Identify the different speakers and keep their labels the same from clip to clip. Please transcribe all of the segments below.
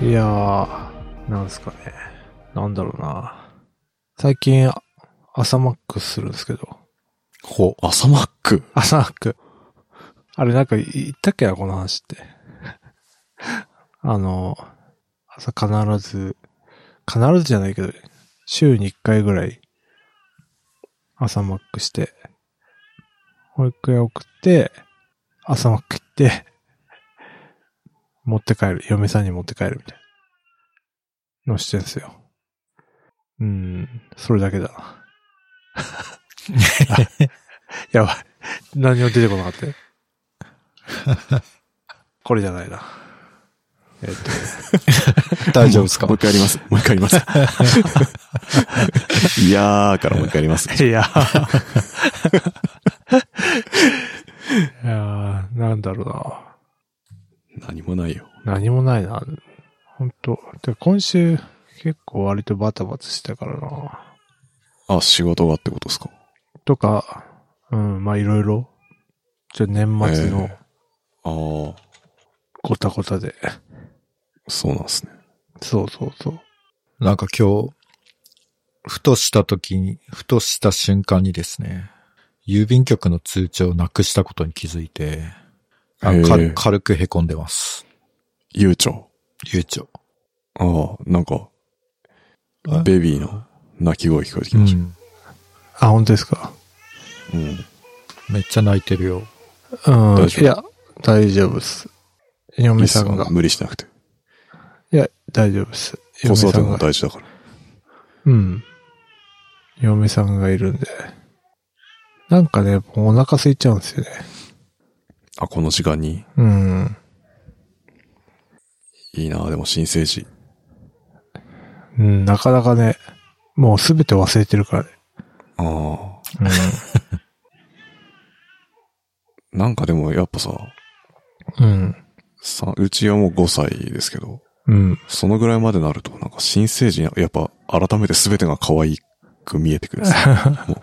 Speaker 1: いやー、なんすかね。なんだろうな。最近、あ朝マックするんですけど。
Speaker 2: ほう、朝マック。
Speaker 1: 朝マック。あれなんか言ったっけな、この話って。あの、朝必ず、必ずじゃないけど、週に1回ぐらい、朝マックして、保育園送って、朝マック行って、持って帰る。嫁さんに持って帰るみたいな。のしてんすよ。うん、それだけ だな。やばい。何も出てこなかったよ。これじゃないな。えっと、
Speaker 2: 大
Speaker 3: 丈夫ですか
Speaker 2: もう一回やります。もう一回やります。いやーからもう一回やります。
Speaker 1: いや。 いやーなんだろう
Speaker 2: 何もないよ。
Speaker 1: な。何もないな。ほんと。てか今週、結構割とバタバタしてたからな。
Speaker 2: あ、仕事がってことですか
Speaker 1: とか、うん、まあいろいろ。ちょ、年末の
Speaker 2: ああ、
Speaker 1: ごたごたで。
Speaker 2: そうなんですね。
Speaker 1: そうそうそう。
Speaker 3: なんか今日、ふとした時に、ふとした瞬間にですね、郵便局の通帳をなくしたことに気づいて、あ
Speaker 2: へ
Speaker 3: の
Speaker 2: ー
Speaker 3: か軽く凹んでます。
Speaker 2: 悠長。
Speaker 3: 流暢。
Speaker 2: ああ、なんか、
Speaker 3: あ
Speaker 2: ベビーの泣き声聞こえてき
Speaker 3: う
Speaker 2: まし
Speaker 3: ん。
Speaker 1: あ、本当ですか。
Speaker 2: た。うん。
Speaker 3: めっちゃ泣いてるよ。
Speaker 1: うん。
Speaker 2: 大丈夫
Speaker 1: いや、大丈夫っす。
Speaker 2: いい
Speaker 1: 嫁
Speaker 2: っす
Speaker 1: さ
Speaker 2: よ
Speaker 1: んが。
Speaker 2: 無理しなくて。
Speaker 1: いや、大丈夫です。
Speaker 2: 子育て
Speaker 1: 嫁さ
Speaker 2: も
Speaker 1: んが
Speaker 2: 大事だから。
Speaker 1: うん。嫁さんがいるんで。なんかね、もうお腹空いちゃうんですよね。
Speaker 2: あ、この時間に。
Speaker 1: うん。
Speaker 2: いいなでも新生児。
Speaker 1: うん、なかなかね、もうすべて忘れてるからね。
Speaker 2: ああ。
Speaker 1: う
Speaker 2: なんかでもやっぱさ、
Speaker 1: ん。
Speaker 2: さ、うちはもう5歳ですけど、
Speaker 1: うん。
Speaker 2: そのぐらいまでなると、なんか新生児、やっぱ改めて全てが可愛く見えてくるんです よもう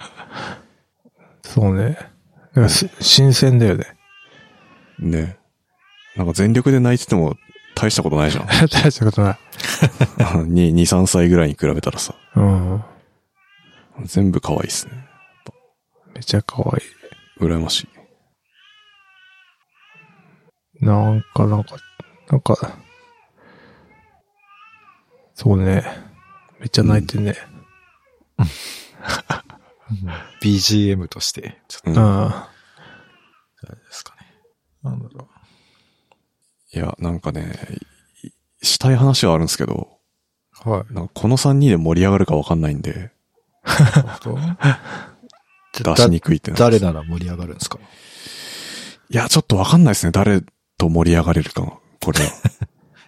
Speaker 1: そうね。だからす新鮮だよね。
Speaker 2: ね。なんか全力で泣いてても大したことないじゃん。
Speaker 1: 大したことない。
Speaker 2: 2、2 3歳ぐ らいに比べたらさ、
Speaker 1: うん。
Speaker 2: 全部可愛いっすね。
Speaker 1: めちゃ可愛
Speaker 2: 羨ましい。
Speaker 1: い。なんか、なんか、なんか、そうね。めっちゃ泣いてね。
Speaker 3: BGM として、ち
Speaker 2: うん
Speaker 3: ょっ
Speaker 1: うん。
Speaker 3: とあれですかね。なんだろ
Speaker 2: いや、なんかね、いしたい話はあるんですけど、
Speaker 3: う。はい。
Speaker 2: なんかこの3人で盛り上がるかわかんないんで、出しにくいってなります
Speaker 3: 誰なら盛り上がるんですか
Speaker 2: いや、ちょっとわかんないですね。誰と盛り上がれるかが、こ れは。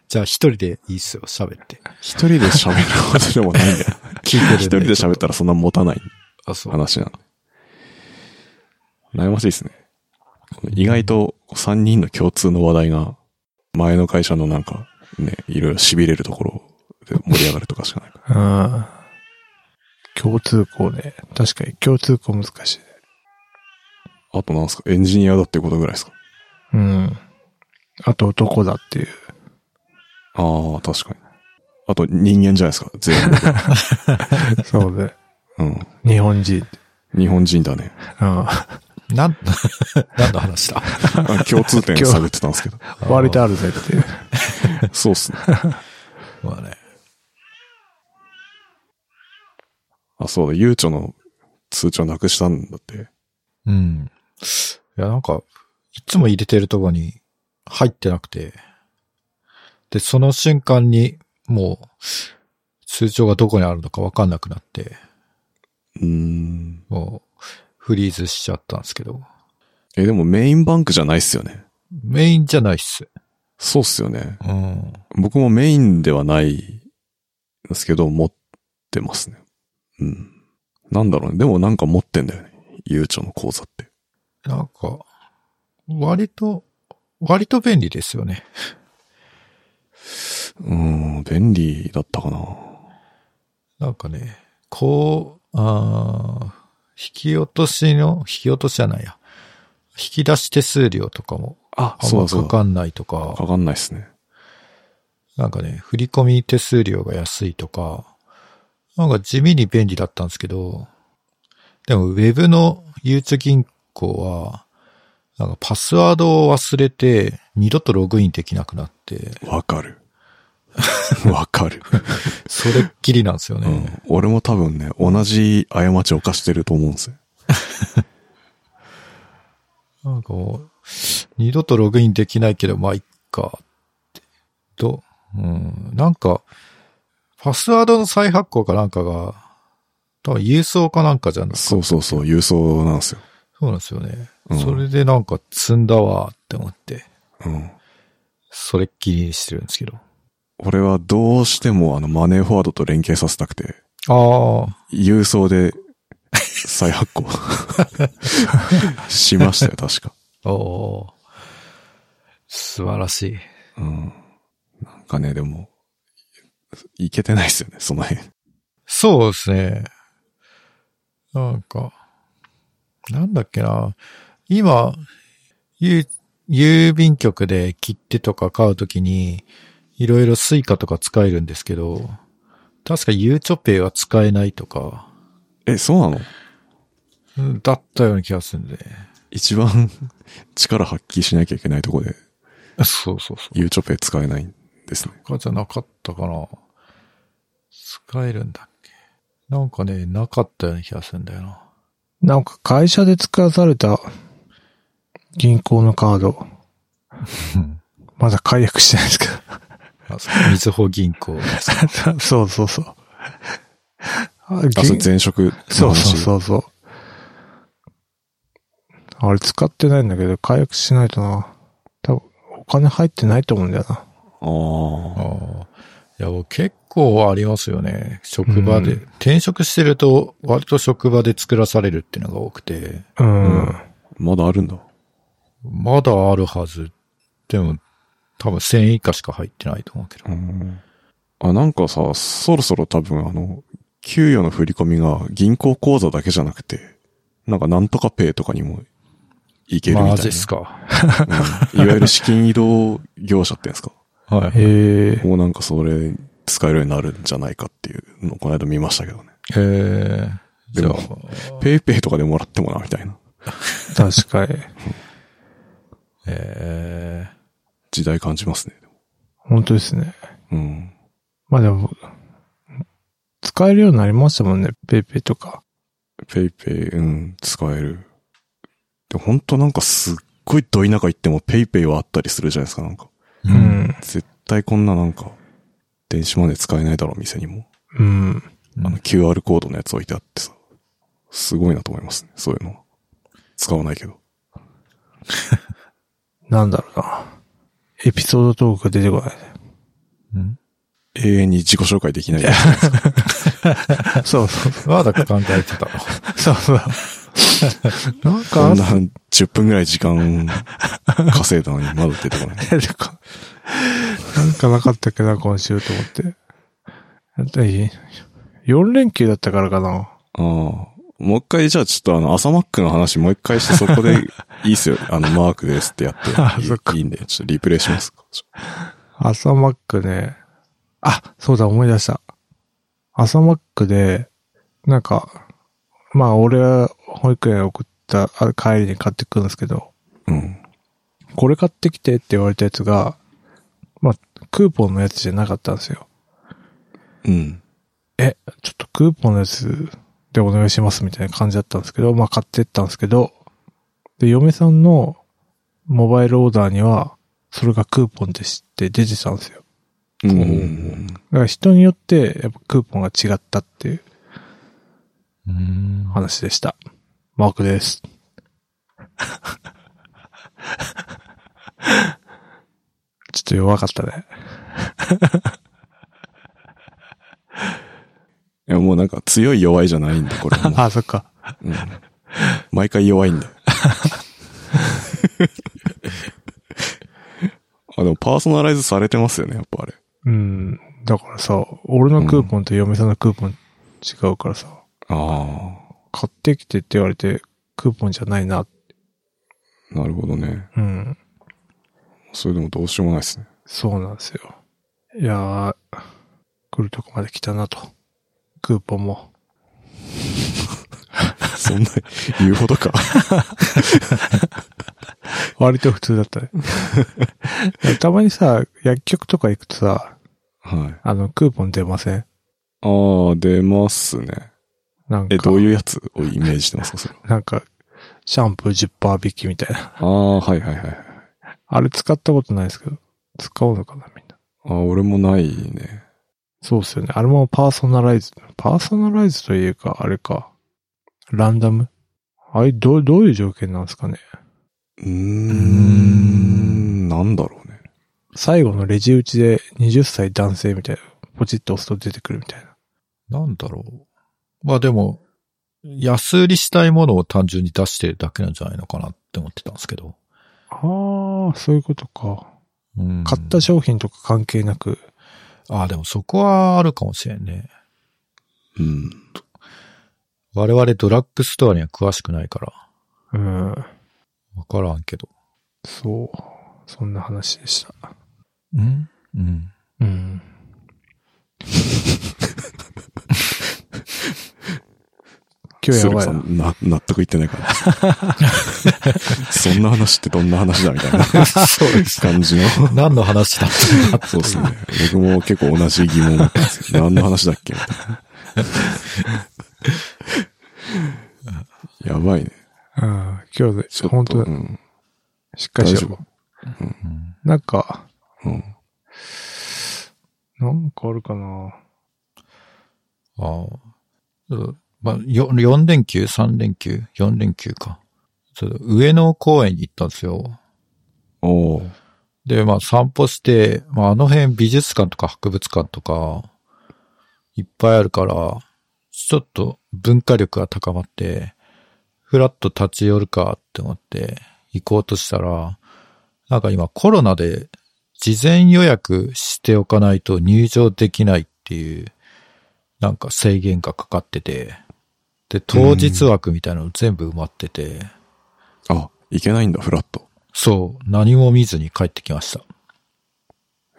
Speaker 3: じゃあ一人でいいっすよ、喋って。
Speaker 2: 一人で喋ることでもないんだよ。
Speaker 3: 聞いてるん
Speaker 2: 一人で喋ったらそんな持たない
Speaker 3: あ、そう。
Speaker 2: 話なんで。悩ましいですね。意外と3人の共通の話題が、前の会社のなんか、ね、いろいろ痺れるところで盛り上がるとかしかないから。
Speaker 1: うん。共通項ね。確かに共通項難しいね。
Speaker 2: あとなんすか、エンジニアだってことぐらいですか。
Speaker 1: うん。あと男だっていう。
Speaker 2: ああ、確かに。あと人間じゃないですか、全 員。
Speaker 1: そうね。
Speaker 2: うん。
Speaker 1: 日本人。
Speaker 2: 日本人だね。
Speaker 1: うん。
Speaker 3: なん、 何の話だ
Speaker 2: あ共通点探ってたんですけ ど。
Speaker 1: 割とあるぜっていう。
Speaker 2: そうっすね。
Speaker 3: まあね。
Speaker 2: あ、そうだ、ゆうちょの通帳なくしたんだって。
Speaker 3: うん。いや、なんか、いつも入れてるとこに入ってなくて、で、その瞬間に、もう、通帳がどこにあるのかわかんなくなって、
Speaker 2: うーん。
Speaker 3: もう、フリーズしちゃったんですけど、
Speaker 2: え、でもメインバンクじゃないっすよね。
Speaker 3: メインじゃないっす。
Speaker 2: そうっすよね。
Speaker 3: うん。
Speaker 2: 僕もメインではないんですけど、持ってますね。うん。なんだろうね。でもなんか持ってんだよね。ゆうちょの口座って。
Speaker 3: なんか、割と、割と便利ですよね。
Speaker 2: うーん、便利だったかな。
Speaker 3: なんかね、こう、あー引き落としの、引き落としじゃないや。引き出し手数料とかも、
Speaker 2: あ、
Speaker 3: あん
Speaker 2: そう
Speaker 3: ま
Speaker 2: だそ
Speaker 3: か
Speaker 2: うだ。
Speaker 3: かんないとか
Speaker 2: かかんないっすね。
Speaker 3: なんかね、振り込み手数料が安いとか、なんか地味に便利だったんですけど、でもウェブのゆうちょ銀行は、なんかパスワードを忘れて、二度とログインできなくなって、
Speaker 2: わかる。 わかる、
Speaker 3: それっきりなんですよ
Speaker 2: う
Speaker 3: ね。
Speaker 2: ん。俺も多分ね、同じ過ちを犯してると思うんですよ。
Speaker 3: なんかもう、二度とログインできないけど、まあ、いっか、って。と、うん、なんか、パスワードの再発行かなんかが、多分郵送かなんかじゃなくて、
Speaker 2: そうそうそう、郵送なんですよ。
Speaker 3: そうなんですよね。
Speaker 2: うん
Speaker 3: それでなんか積んだわって思って、
Speaker 2: うん。
Speaker 3: それっきりにしてるんですけど。
Speaker 2: 俺はどうしてもあのマネーフォワードと連携させたくて、
Speaker 3: ああ、
Speaker 2: 郵送で再発行しましたよ、確か。
Speaker 3: おお素晴らしい。
Speaker 2: うん。なんかね、でも、いけてないですよね、その辺。
Speaker 3: そうですね。なんか、なんだっけな。今、郵郵便局で切手とか買うときに、いろいろスイカとか使えるんですけど、確かゆうちょペイは使えないとか、
Speaker 2: え、そうなの
Speaker 3: うんだったような気がするんで。
Speaker 2: 一番力発揮しなきゃいけないとこで、
Speaker 3: そうそうそう。
Speaker 2: ゆうちょペイ使えないんですね。
Speaker 3: かじゃなかったかな。使えるんだっけ。なんかね、なかったような気がするんだよな。
Speaker 1: なんか会社で使わされた銀行のカード、まだ解約してないですけど。
Speaker 3: あそうみずほ銀 行。
Speaker 1: そうそうそう。あ
Speaker 2: あ、それ
Speaker 1: 銀
Speaker 2: 前職の話。
Speaker 1: そうそうそうそう。あれ使ってないんだけど、解約しないとな。多分、お金入ってないと思うんだよな。
Speaker 2: ああ。
Speaker 3: ああ。いや、僕結構ありますよね。職場で。
Speaker 1: うん
Speaker 3: 転職してると、割と職場で作らされるっていうのが多くて、
Speaker 1: うん。
Speaker 2: うんまだあるんだ。
Speaker 3: まだあるはず。でも、多分1000円以下しか入ってないと思うけど。
Speaker 2: うん。あ、なんかさ、そろそろ多分あの、給与の振り込みが銀行口座だけじゃなくて、なんかなんとかペイとかにもいけるみたいな。
Speaker 3: マジっすか。
Speaker 2: うんいわゆる資金移動業者ってやつか。
Speaker 3: はい。へ
Speaker 1: へえ。
Speaker 2: もうなんかそれ使えるようになるんじゃないかっていうのをこの間見ましたけどね。
Speaker 3: え。じ
Speaker 2: で
Speaker 3: ゃ
Speaker 2: も
Speaker 3: あ、
Speaker 2: ペイペイとかでもらってもな、みたいな。
Speaker 1: 確かに。
Speaker 3: ええ。
Speaker 2: 時代感じますね。
Speaker 1: 本当ですね。
Speaker 2: うん。
Speaker 1: まあでも、使えるようになりましたもんね。ペイペイとか。
Speaker 2: ペイペイ、うん、使える。で、ほんとなんかすっごいど田舎行ってもペイペイはあったりするじゃないですか、なんか。
Speaker 1: う。ん。
Speaker 2: 絶対こんななんか、電子マネー使えないだろう、店にも。
Speaker 1: うん。
Speaker 2: あの QR コードのやつ置いてあってさ。すごいなと思いますね、そういうのは。使わないけど。
Speaker 1: なんだろうな。エピソードトークが出てこない。
Speaker 3: うん
Speaker 2: 永遠に自己紹介できない。
Speaker 1: そうそうそ
Speaker 3: まだ考えてた。
Speaker 1: う。 そうそう。なん
Speaker 2: こ
Speaker 1: か
Speaker 2: んな10分ぐらい時間稼いだのにまだ出てこない。
Speaker 1: 出てこないなんかなかったっけな、今週と思って。4連休だったからかな。
Speaker 2: ああ。もう一回じゃあちょっとあの朝マックの話もう一回してそこでいいっ すよ。あのマークですってやって
Speaker 1: あそっか
Speaker 2: いいいいんで、ちょっとリプレイします。
Speaker 1: 朝マックね。あ、そうだ、思い出した。朝マックで、なんか、まあ、俺は保育園に送ったあ帰りに買ってくるんですけど、
Speaker 2: うん。
Speaker 1: これ買ってきてって言われたやつが、まあ、クーポンのやつじゃなかったんですよ。
Speaker 2: うん。
Speaker 1: え、ちょっとクーポンのやつでお願いしますみたいな感じだったんですけど、まあ買ってったんですけど、で、嫁さんのモバイルオーダーには、それがクーポンですって出てたんですよ。
Speaker 2: うん。
Speaker 1: だから人によって、やっぱクーポンが違ったっていう
Speaker 3: うん
Speaker 1: 話でした。マークです。 ちょっと弱かったね。
Speaker 2: いやもうなんか強い弱いじゃないんで、これ はもう。
Speaker 1: あ、そっか。
Speaker 2: うん毎回弱 いんだよ。あ、でもパーソナライズされてますよね、やっぱあれ。
Speaker 1: うん。だからさ、俺のクーポンと嫁さんのクーポン違うからさ。
Speaker 2: あ
Speaker 1: 買ってきてって言われて、クーポンじゃないな。
Speaker 2: あ、なるほどね。
Speaker 1: うん。
Speaker 2: それでもどうしようもないですね。
Speaker 1: そうなんですよ。いやー、来るとこまで来たなと。クーポンも。
Speaker 2: そんな言うほどか。
Speaker 1: 割と普通だ ったね。いやたまにさ、薬局とか行くとさ、
Speaker 2: はい。
Speaker 1: あの、クーポン出ません
Speaker 2: ああ、出ますね。
Speaker 1: なんか、
Speaker 2: え、どういうやつをイメージしてますかそれは。
Speaker 1: なんか、シャンプー10%引きみたいな。
Speaker 2: ああ、はいはいはい。
Speaker 1: あれ使ったことないですけど、使おうのかな、みんな。
Speaker 2: ああ、俺もないね。
Speaker 1: そうっすよね。あれもパーソナライズ。パーソナライズというか、あれか。ランダムあれ、どう、どういう条件なんですかね。
Speaker 2: うーん、なんだろうね。
Speaker 1: 最後のレジ打ちで20歳男性みたいな。ポチッと押すと出てくるみたいな。
Speaker 3: なんだろう。まあでも、安売りしたいものを単純に出してるだけなんじゃないのかなって思ってたんですけど。
Speaker 1: ああ、そういうことか。
Speaker 3: うん
Speaker 1: 買った商品とか関係なく。
Speaker 3: ああ、でもそこはあるかもしれんね。
Speaker 2: うん。
Speaker 3: 我々ドラッグストアには詳しくないから、
Speaker 1: うん。
Speaker 3: わからんけど。
Speaker 1: そう。そんな話でした。
Speaker 3: うんうん。
Speaker 1: うん。 今日
Speaker 2: ス
Speaker 1: や
Speaker 2: ル
Speaker 1: ば
Speaker 2: カ
Speaker 1: い
Speaker 2: さ
Speaker 1: な。
Speaker 2: ん、な、納得いってないから。そんな話ってどんな話だみたいな感じの。
Speaker 3: 何の話だったか。
Speaker 2: そうですね。僕も結構同じ疑問だったんですけど、何の話だっけみたい な。やばいね。
Speaker 1: うん。今日
Speaker 2: ちょ
Speaker 1: で、
Speaker 2: っと。
Speaker 1: 本当
Speaker 2: う
Speaker 1: だ
Speaker 2: ん。
Speaker 1: しっかりしよ
Speaker 2: 大丈
Speaker 1: う。なんか、
Speaker 2: うん。
Speaker 1: なんかあるかな。
Speaker 3: ああ。うんまあ、よ4連休 ?3 連休 ?4 連休か。そう上野公園に行ったんですよ。
Speaker 2: おー
Speaker 3: で、まあ散歩して、まああの辺美術館とか博物館とか、いっぱいあるから、ちょっと文化力が高まって、ふらっと立ち寄るかって思って行こうとしたら、なんか今コロナで事前予約しておかないと入場できないっていう、なんか制限がかかってて、で、当日枠みたいなの全部埋まってて、
Speaker 2: あ、いけないんだ、フラット。
Speaker 3: そう、何も見ずに帰ってきました。
Speaker 2: へ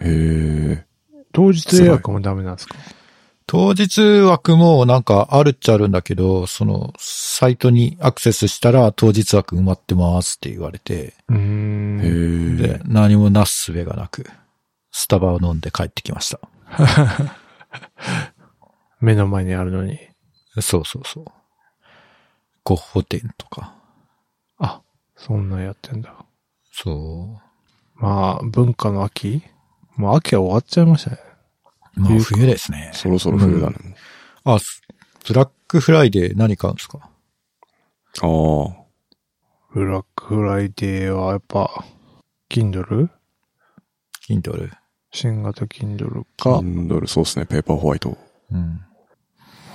Speaker 2: え。
Speaker 1: 当日予約もダメなんですか
Speaker 3: 当日枠もなんかあるっちゃあるんだけど、そのサイトにアクセスしたら当日枠埋まってますって言われて、
Speaker 1: うー
Speaker 2: へ
Speaker 1: ん。
Speaker 2: え
Speaker 3: で、。何もなすすべがなく、スタバを飲んで帰ってきました。
Speaker 1: 目の前にあるのに。
Speaker 3: そうそうそう。ゴッホ店とか。
Speaker 1: あ、そんなんやってんだ。
Speaker 3: そ
Speaker 1: まあ、文化の秋もう秋は終わっちゃいましたね。
Speaker 3: う。まあ
Speaker 1: 冬か
Speaker 3: 冬ですね。
Speaker 2: そろそろ冬だね。
Speaker 3: あ、すブラックフライデー何買うんですか
Speaker 2: ああ。
Speaker 1: ブラックフライデーはやっぱ、Kindle?
Speaker 3: Kindle。
Speaker 1: 新型 Kindle か、
Speaker 2: ドル、そうですね。ペーパーホワイト。
Speaker 3: うん。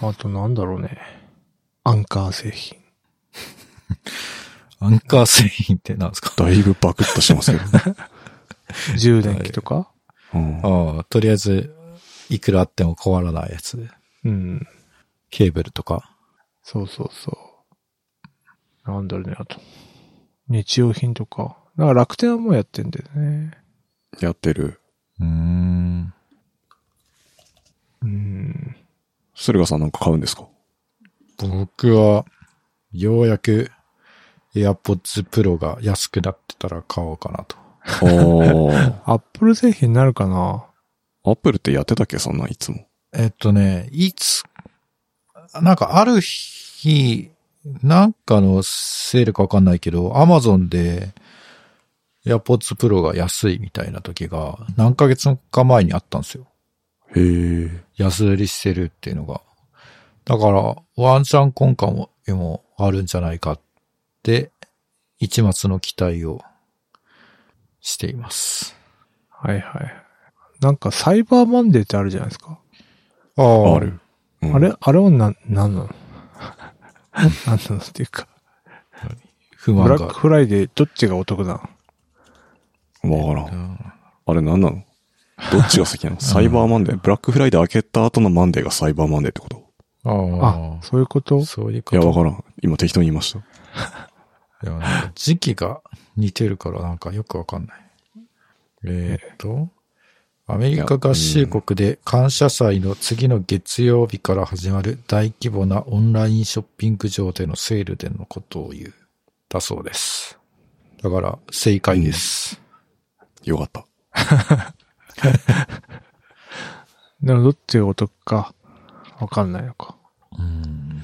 Speaker 1: あとなんだろうね。アンカー製品。
Speaker 3: アンカー製品って何ですか
Speaker 2: だいぶバクッとしてますけど。
Speaker 1: 充電器とか、
Speaker 2: うん
Speaker 3: ああ、とりあえず、いくらあっても困らないやつ。
Speaker 1: うん。
Speaker 3: ケーブルとか。
Speaker 1: そうそうそう。なんだろうね、あと。日用品とか。だから楽天はもうやってんだよね。
Speaker 2: やってる。
Speaker 3: うーん。
Speaker 1: うん。
Speaker 2: 駿河さんなんか買うんですか
Speaker 3: 僕は、ようやく、AirPods Pro が安くなってたら買おうかなと。
Speaker 2: ああ。
Speaker 1: アップル製品になるかな
Speaker 2: アップルってやってたっけそんなんいつも。
Speaker 3: えっとね、いつ、なんかある日、なんかのセールかわかんないけど、Amazon で AirPods Pro が安いみたいな時が、何ヶ月か前にあったんですよ。
Speaker 2: へえ。
Speaker 3: 安売りしてるっていうのが。だから、ワンチャン今回ももあるんじゃないかって、一末の期待をしています。
Speaker 1: はいはい。なんかサイバーマンデーってあるじゃないですか。
Speaker 3: ああ
Speaker 2: ある。うん
Speaker 1: あれあれはな、なんなの なんなのっていうか。
Speaker 3: 不
Speaker 1: ブ
Speaker 3: 満
Speaker 1: ラック
Speaker 3: が。
Speaker 1: フライデーどっちがお得なの
Speaker 2: わから。
Speaker 3: うんん
Speaker 2: あれなんなのどっちが先なのサイバーマンデーブラックフライデー開けた後のマンデーがサイバーマンデーってこと
Speaker 1: あ
Speaker 3: あ、
Speaker 1: そういうこと
Speaker 3: あ、そういう
Speaker 2: い
Speaker 3: こ
Speaker 2: や、わ
Speaker 3: と。
Speaker 2: からん。今適当に言いました。
Speaker 3: いやなんか時期が似てるからなんかよくわかんない。えーっと、アメリカ合衆国で感謝祭の次の月曜日から始まる大規模なオンラインショッピング上でのセールでのことを言う。だそうです。だから、正解です。
Speaker 2: よかった。
Speaker 1: でもどっちがお得か、わかんないのか。
Speaker 3: うん。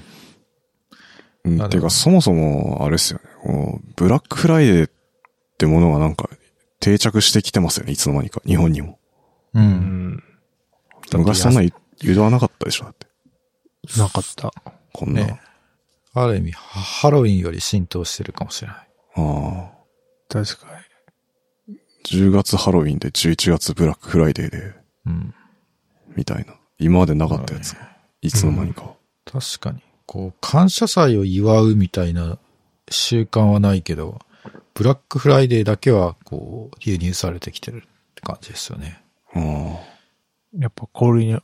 Speaker 2: うん
Speaker 3: なるほど
Speaker 2: ていうか、そもそも、あれですよね。この、ブラックフライデーってものがなんか、定着してきてますよね。いつの間にか。日本にも。
Speaker 3: う。
Speaker 1: うんん。
Speaker 3: て
Speaker 2: 昔そんな湯戸はなかったでしょ。だって。
Speaker 1: なかった。
Speaker 2: こんな。
Speaker 3: ねある意味、ハハロウィンより浸透してるかもしれない。
Speaker 2: ああ。
Speaker 1: 確か
Speaker 2: 10月ハロウィンで11月ブラックフライデーで、
Speaker 3: うん。
Speaker 2: みたいな。今までなかったやつが。いつの間にか。
Speaker 3: 確かに。こう、感謝祭を祝うみたいな習慣はないけど、ブラックフライデーだけは、こう、輸入されてきてるって感じですよね。
Speaker 2: あ
Speaker 1: に。やっぱ氷に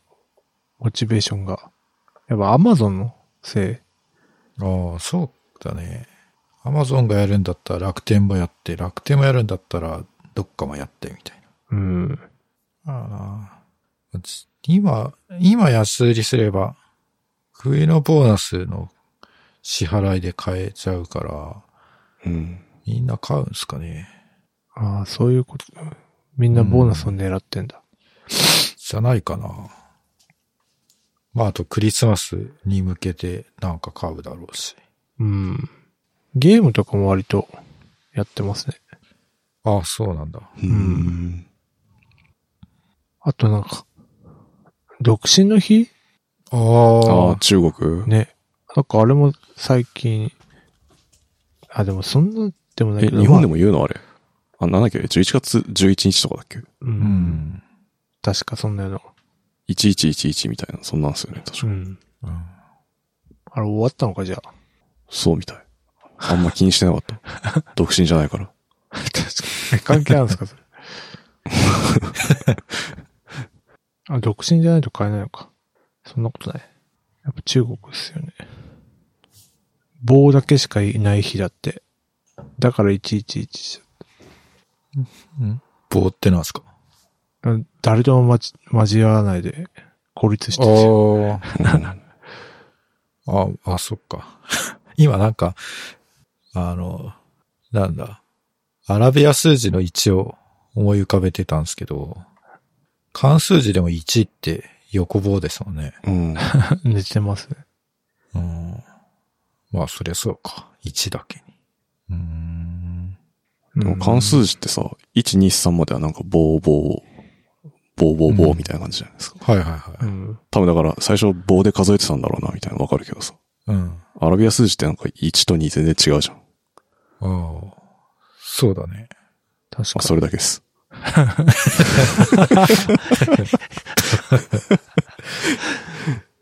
Speaker 1: モチベーションが。やっぱアマゾンのせ
Speaker 3: ああ、そうだね。アマゾンがやるんだったら楽天もやって、楽天もやるんだったらどっかもやってみたい
Speaker 1: い。うん。
Speaker 3: な。ああなうち今、今安売りすれば、冬のボーナスの支払いで買えちゃうから、
Speaker 2: あ。うん。
Speaker 3: みんな買うんすかね。
Speaker 1: ああ、そういうこと。みんなボーナスを狙ってんだ。
Speaker 3: じゃないかな。まあ、あとクリスマスに向けてなんか買うだろうし。
Speaker 1: うん。ゲームとかも割とやってますね。
Speaker 3: ああ、そうなんだ。
Speaker 2: うん。
Speaker 1: あとなんか、独身の日
Speaker 3: あ
Speaker 2: ああ、
Speaker 3: あ、
Speaker 2: 中国
Speaker 1: ね。なんかあれも最近、あ、でもそんなでもない
Speaker 2: え、
Speaker 1: けど。
Speaker 2: 日本で
Speaker 1: も、
Speaker 2: も言うのあれ。あ、なんだっけ ?11 月11日とかだっけ
Speaker 1: う。
Speaker 3: うんん。
Speaker 1: 確かそんなような。
Speaker 2: ?1111 みたいな、そんなんですよね。確か。
Speaker 1: うん。
Speaker 3: うん
Speaker 1: あれ終わったのか、じゃあ。
Speaker 2: そうみたい。あんま気にしてなかった。 独身じゃないから。
Speaker 1: 確かに。関係あるんですか、 それ。あ、独身じゃないと買えないのか。そんなことない。やっぱ中国ですよね。棒だけしかいない日だって。だから111。
Speaker 3: 棒ってなんすか
Speaker 1: 誰ともまじ交わらないで孤立してるじゃん
Speaker 3: ああ。あ、あ、そっか。 今なんか、あの、なんだ。アラビア数字の1を思い浮かべてたんですけど、関数字でも1って横棒ですもんね。
Speaker 2: うん。
Speaker 1: 寝てますね。
Speaker 3: うん。まあ、そりゃそうか。1だけに。うーん。
Speaker 2: でも関数字ってさ、123まではなんか棒棒、棒棒棒みたいな感じじゃないですか。
Speaker 3: はいはいは
Speaker 1: う
Speaker 3: い。
Speaker 1: ん。
Speaker 2: 多分だから最初棒で数えてたんだろうなみたいなのわかるけどさ。
Speaker 3: うん。
Speaker 2: アラビア数字ってなんか1と2全然違うじゃん。
Speaker 3: ああ。そうだね。
Speaker 1: 確
Speaker 2: あ、
Speaker 1: か
Speaker 2: それだけです。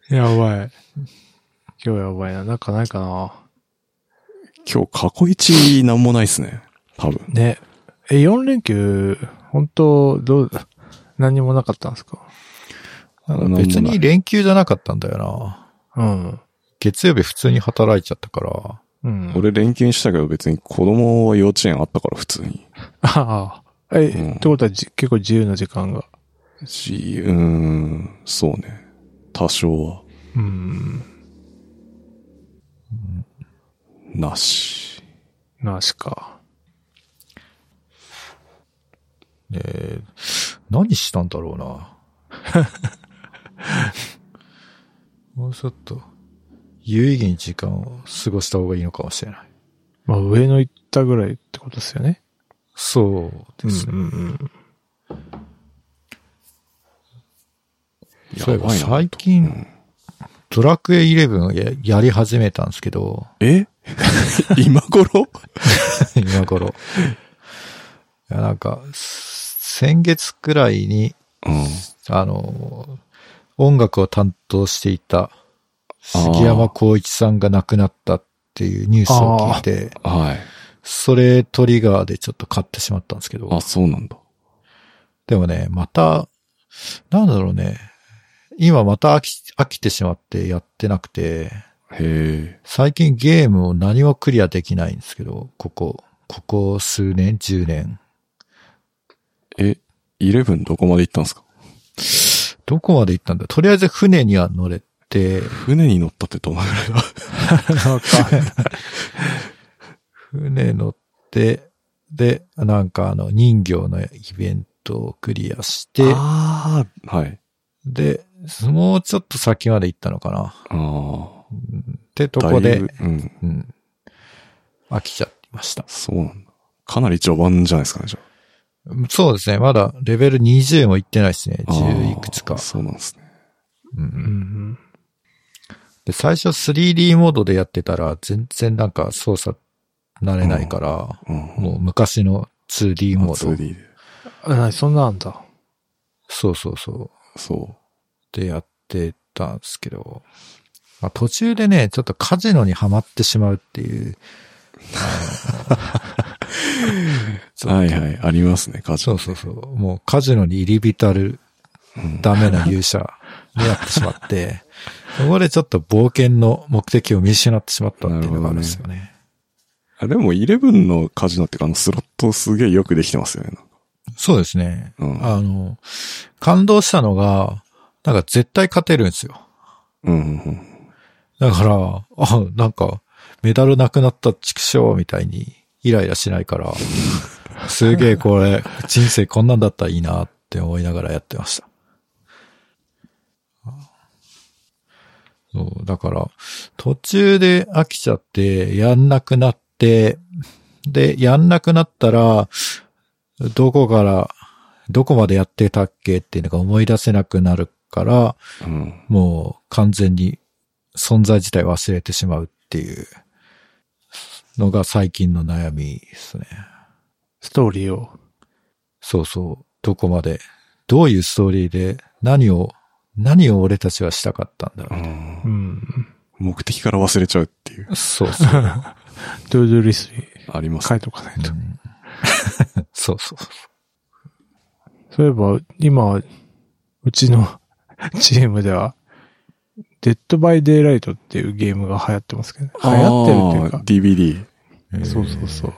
Speaker 1: に。やばい。今日やばいな。なんかないかな。
Speaker 2: 今日過去一なんもないっすね。多分。
Speaker 1: ね。え、4連休、本当どう、何もなかったんですか
Speaker 2: なんもない
Speaker 3: 別に連休じゃなかったんだよな。
Speaker 1: うん。
Speaker 3: 月曜日普通に働いちゃったから、
Speaker 1: うん。
Speaker 2: 俺連休にしたけど別に子供は幼稚園あったから普通に。
Speaker 1: ああ。え、
Speaker 2: うん
Speaker 1: ってことはじ結構自由な時間が。
Speaker 2: し、うーん、そうね。多少は、
Speaker 1: うん。
Speaker 2: なし。
Speaker 1: なしか。
Speaker 3: えー何したんだろうな。もうちょっと、有意義に時間を過ごした方がいいのかもしれない。
Speaker 1: まあ、上の行ったぐらいってことですよね。
Speaker 3: そうですね。
Speaker 1: うんうん
Speaker 3: そういえば
Speaker 2: やばい
Speaker 3: 最
Speaker 2: な。
Speaker 3: 近、
Speaker 2: うん
Speaker 3: ドラクエ11をややり始めたんですけど、
Speaker 2: え今頃
Speaker 3: 今頃。いや、なんか、先月くらいに、
Speaker 2: うん。
Speaker 3: あの、音楽を担当していた杉山浩一さんが亡くなったっていうニュースを聞いて、
Speaker 2: はい。
Speaker 3: それトリガーでちょっと買ってしまったんですけど
Speaker 2: あ、、そうなんだ。
Speaker 3: でもね、また、なんだろうね、今また飽き飽きてしまってやってなくて、
Speaker 2: へ
Speaker 3: 最近ゲームを何もクリアできないんですけど、ここ、ここ数年、10年。
Speaker 2: え。え、11どこまで行ったんですか
Speaker 3: どこまで行ったんだとりあえず船には乗れて、
Speaker 2: 船に乗ったってどのぐらいだ
Speaker 1: わかんない
Speaker 3: 船乗って、で、なんかあの人形のイベントをクリアして、
Speaker 2: ああ、はい。
Speaker 3: で、もうちょっと先まで行ったのかな。
Speaker 2: ああ。
Speaker 3: ってとこ
Speaker 2: だい
Speaker 3: で
Speaker 2: ぶ、うん。
Speaker 3: うん。飽きちゃいました。
Speaker 2: そうなんだ。かなり序盤じゃないですかね、じゃ
Speaker 3: そうですね。まだレベル20も行ってないですね。
Speaker 2: あ。
Speaker 3: 10いくつか
Speaker 2: あー。そうなんですね。
Speaker 3: う、
Speaker 1: うんん
Speaker 3: で最初 3D モードでやってたら全然なんか操作慣れないから、
Speaker 2: うん。
Speaker 3: もう昔の 2D
Speaker 2: あ
Speaker 3: モード。
Speaker 2: 2D で。
Speaker 1: あなにそんなあんだ。
Speaker 3: そうそうそう。
Speaker 2: そ
Speaker 3: でやってたんですけど、まあ、途中でね、ちょっとカジノにはまってしまうっていう。
Speaker 2: う。はいはい。ありますね、カジ
Speaker 3: そ
Speaker 2: ノ
Speaker 3: うそうそう。もうカジノに入り浸る
Speaker 2: うん
Speaker 3: ダメな勇者になってしま って、そこでちょっと冒険の目的を見失ってしまったっていうのがあるんですよね。
Speaker 2: あでも、11のカジノっていうか、あの、スロットすげえよくできてますよね。
Speaker 3: そうですね。
Speaker 2: うん
Speaker 3: あの、感動したのが、なんか絶対勝てるんですよ。
Speaker 2: うんうんうん。
Speaker 3: だから、あ、なんか、メダルなくなった畜生みたいにイライラしないから、すげえこれ、人生こんなんだったらいいなって思いながらやってました。そう、だから、途中で飽きちゃって、やんなくなって、で、やんなくなったら、どこから、どこまでやってたっけっていうのが思い出せなくなるから、
Speaker 2: うん。
Speaker 3: もう完全に存在自体忘れてしまうっていうのが最近の悩みですね。
Speaker 1: ストーリーを。
Speaker 3: そうそう。どこまで、どういうストーリーで何を、何を俺たちはしたかったんだ
Speaker 2: う
Speaker 3: ろ
Speaker 2: ん
Speaker 1: うん。
Speaker 2: 目的から忘れちゃうっていう、
Speaker 3: う。そう そう。
Speaker 1: トゥードゥーリストに
Speaker 2: あります
Speaker 1: 書いとかないと
Speaker 3: う。ん そうそう。
Speaker 1: そういえば、今、うちの チームでは、デッドバイデイライトっていうゲームが流行ってますけど、ね、流行ってるっていうか、
Speaker 2: DVD。
Speaker 1: そうそうそう。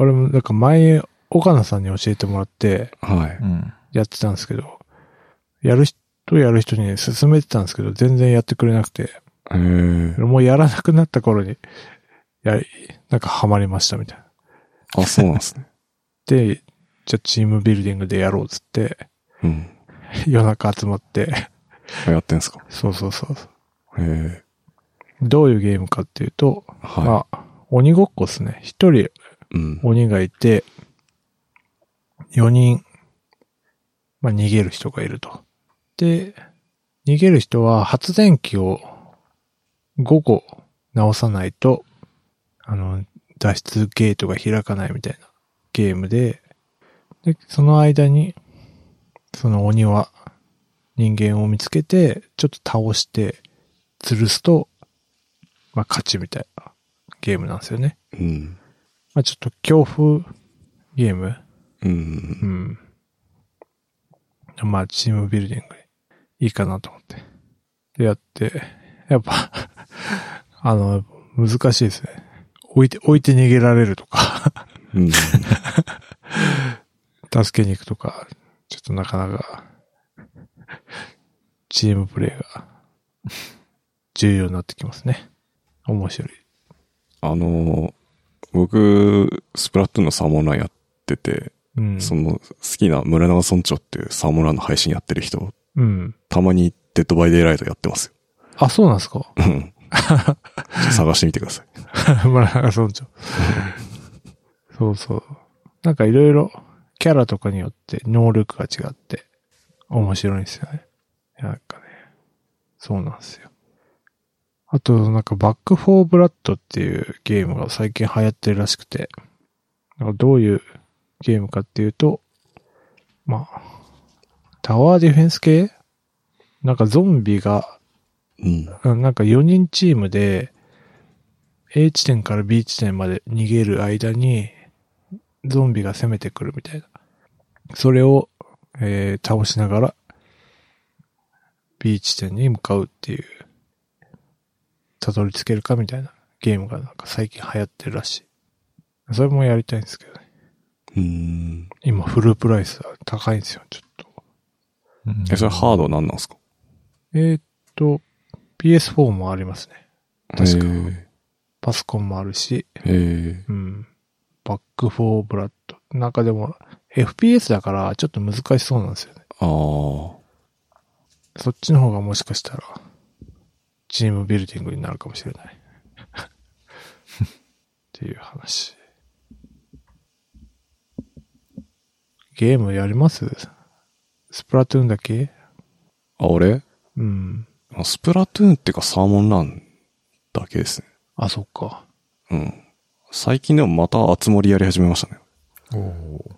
Speaker 1: 俺も、なんか前、岡野さんに教えてもらって
Speaker 2: は
Speaker 3: う
Speaker 2: い。
Speaker 3: ん。
Speaker 1: やってたんですけど、やる人やる人にね勧めてたんですけど、全然やってくれなくて、
Speaker 2: えー、
Speaker 1: もうやらなくなった頃に、や、なんかハマりましたみたいな。
Speaker 2: あ、そうなんですね。
Speaker 1: で、じゃあチームビルディングでやろうっつって、
Speaker 2: うん。
Speaker 1: 夜中集まって、
Speaker 2: あやってんすか。
Speaker 1: そうそうそうそう。
Speaker 2: えー、
Speaker 1: どういうゲームかっていうと、
Speaker 2: はい。
Speaker 1: まあ、鬼ごっこですね。一人
Speaker 2: うん。
Speaker 1: 鬼がいて、4人、まあ逃げる人がいると。で、逃げる人は発電機を5個直さないと、あの、脱出ゲートが開かないみたいなゲームで、で、その間に、その鬼は人間を見つけて、ちょっと倒して、吊るすと、まあ勝ちみたいなゲームなんですよね。
Speaker 2: うん。
Speaker 1: まあちょっと恐怖ゲームう
Speaker 2: う。
Speaker 1: んん。まあチームビルディングいいかなと思って。で、やって、やっぱ、 あの、難しいですね。置いて、置いて逃げられるとか、
Speaker 2: うん。
Speaker 1: 助けに行くとか、ちょっとなかなか、チームプレーが重要になってきますね。面白い。
Speaker 2: あのー、僕、スプラトゥーンのサーモンランやってて、
Speaker 1: うん。
Speaker 2: その、好きな村長村長っていうサーモンランの配信やってる人、
Speaker 1: うん。
Speaker 2: たまにデッドバイデイライトやってますよ。
Speaker 1: あ、そうなんですか
Speaker 2: うん。探してみてください。
Speaker 1: 村中村長。そうそう。なんかいろいろキャラとかによって能力が違って面白いんですよね。なんかね。そうなんですよ。あと、なんかバックフォーブラッドっていうゲームが最近流行ってるらしくて、なんかどういうゲームかっていうと、まあ、タワーディフェンス系なんかゾンビが
Speaker 2: うん。
Speaker 1: あなんか4人チームで、A 地点から B 地点まで逃げる間に、ゾンビが攻めてくるみたいな。それを、えー倒しながら、B 地点に向かうっていう、たどり着けるかみたいなゲームがなんか最近流行ってるらしい。それもやりたいんですけどね。
Speaker 2: うん。
Speaker 1: 今フルプライスは高いんですよ、ちょっと。
Speaker 3: うん
Speaker 2: え、それハードなんなんすか
Speaker 1: えーっと、PS4 もありますね。確か
Speaker 2: えー
Speaker 1: パソコンもあるし、
Speaker 2: え
Speaker 1: うん。バックフォーブラッド。なんかでも、FPS だからちょっと難しそうなんですよね。
Speaker 2: ー、ああ。
Speaker 1: そっちの方がもしかしたら、チームビルディングになるかもしれない。っていう話。ゲームやりますスプラトゥーンだけ
Speaker 2: あ、俺
Speaker 1: うん。
Speaker 2: スプラトゥーンっていうかサーモンランだけですね。
Speaker 1: あ、そっか。
Speaker 2: うん。最近でもまた熱盛やり始めましたね。
Speaker 3: おお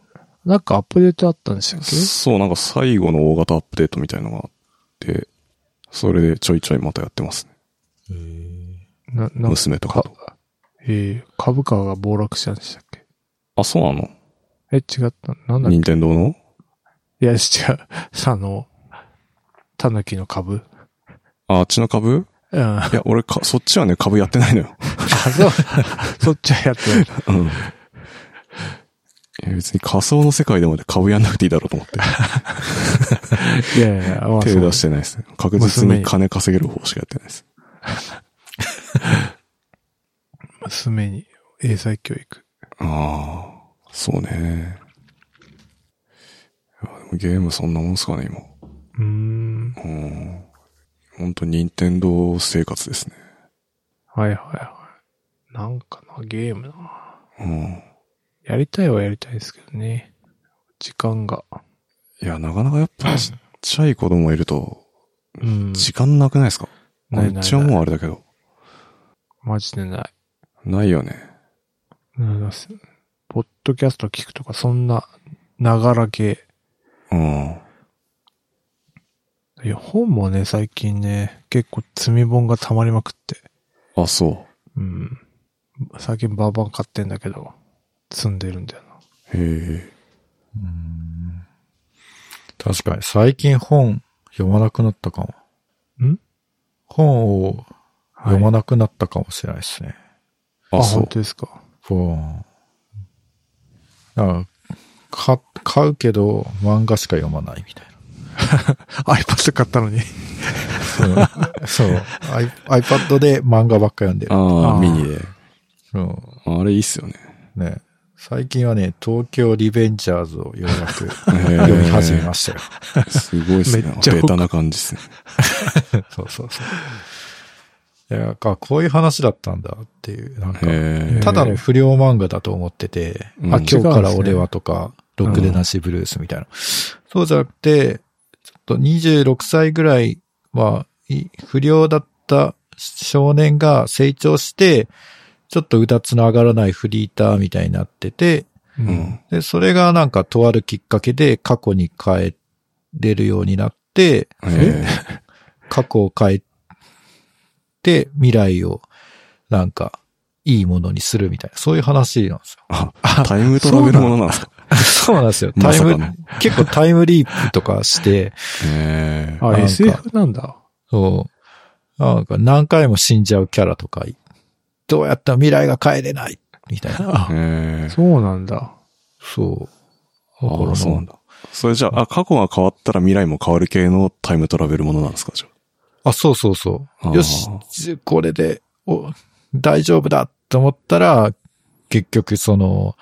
Speaker 1: なんかアップデートあったんでしたっけ
Speaker 2: そう、なんか最後の大型アップデートみたいのがあって、それでちょいちょいまたやってますね。
Speaker 3: ー。え
Speaker 1: な、なんか、
Speaker 2: 娘とかと。
Speaker 1: えー、株価が暴落したんでしたっけ
Speaker 2: あ、そうなの
Speaker 1: え、違った。なんだっけ
Speaker 2: 任天堂の
Speaker 1: いや、違う。あの、タヌキの株
Speaker 2: あ、あっちの株
Speaker 1: うん。あ、
Speaker 2: いや、俺か、そっちはね、株やってないの よ。
Speaker 1: そう。そっちはやってない。
Speaker 2: うん。いや、別に仮想の世界でもね株やんなくていいだろうと思って。
Speaker 1: いやいやいや、まあ。
Speaker 2: 手出しててないですね。確実に金稼げる方しかやってないです。
Speaker 1: 娘に英才教育。
Speaker 2: ああ、そうね。いやでもゲームそんなもんすかね、今。
Speaker 1: うーん。
Speaker 2: うん。ほんと、任天堂生活ですね。
Speaker 1: はいはいはい。なんかな、ゲームな。
Speaker 2: うん。
Speaker 1: やりたいはやりたいですけどね。時間が。
Speaker 2: いや、なかなかやっぱちっちゃい子供いると、
Speaker 1: うん。
Speaker 2: 時間なくないですか、
Speaker 1: ないないないう
Speaker 2: ちはもうあれだけど。
Speaker 1: マジでない。
Speaker 2: ないよね。
Speaker 1: うん。ポッドキャスト聞くとか、そんな、ながら系。
Speaker 2: うん。
Speaker 1: いや、本もね、最近ね、結構積み本が溜まりまくって。
Speaker 2: あ、そ
Speaker 1: うん。最近バーバン買ってんだけど、積んでるんだよな。
Speaker 2: う。へ
Speaker 3: ー。うーん確かに、最近本読まなくなったかも。
Speaker 1: ん
Speaker 3: 本を
Speaker 1: はい
Speaker 3: 読まなくなったかもしれないですね。
Speaker 2: え。あ、
Speaker 1: あ、
Speaker 2: そ
Speaker 1: 本
Speaker 2: う。
Speaker 1: 当ですか。
Speaker 3: ほう。だから、か、買うけど漫画しか読まないみたい
Speaker 1: iPad 買ったのに。
Speaker 3: な。そう。アイ iPad で漫画ばっか読んでる。
Speaker 2: あ
Speaker 1: あー
Speaker 2: あ、ミニで。
Speaker 3: うん
Speaker 2: あれいいっすよね。
Speaker 3: ね、最近はね、東京リベンジャーズをようやく
Speaker 2: 読
Speaker 3: 読み始めましたよ。
Speaker 2: すごいっすね。
Speaker 1: めっちゃ
Speaker 2: ベタな感じっすね。
Speaker 3: そうそうそう。いや、かこういう話だったんだっていう、なんか、
Speaker 2: へえ。
Speaker 3: ただの不良漫画だと思ってて、
Speaker 2: うん
Speaker 3: あ、今日から俺はとか、ロックでなしブルースみたいな。そうじゃなくて、ちょっと26歳ぐらいは、い不良だった少年が成長して、ちょっとうだつの上がらないフリーターみたいになってて、
Speaker 1: う
Speaker 2: うん。
Speaker 3: で、それがなんかとあるきっかけで過去に変えれるようになって、
Speaker 2: え
Speaker 3: 過去を変えて未来をなんかいいものにするみたいな、そういう話なんですよ。
Speaker 2: あ、タイムトラベルものなんです か
Speaker 3: そうなんですよ。タ
Speaker 2: ま
Speaker 3: イ
Speaker 2: さ
Speaker 3: ム、
Speaker 2: かの
Speaker 3: 結構タイムリープとかして、
Speaker 2: へえ。
Speaker 1: あ、
Speaker 3: なんか
Speaker 1: SF なんだ。
Speaker 3: そう、なんか何回も死んじゃうキャラとか、どうやったら未来が変えれないみたい
Speaker 1: あ、
Speaker 3: な。
Speaker 2: へえ。
Speaker 1: そうなんだ。
Speaker 3: そう。だから
Speaker 2: あ、そうなんだ。それじゃあ、あ過去が変わったら未来も変わる系のタイムトラベルものなんですかじゃ
Speaker 3: あ、そうそうそ
Speaker 2: あー
Speaker 3: う。よし、じこれで、お、大丈夫だと思ったら、結局その、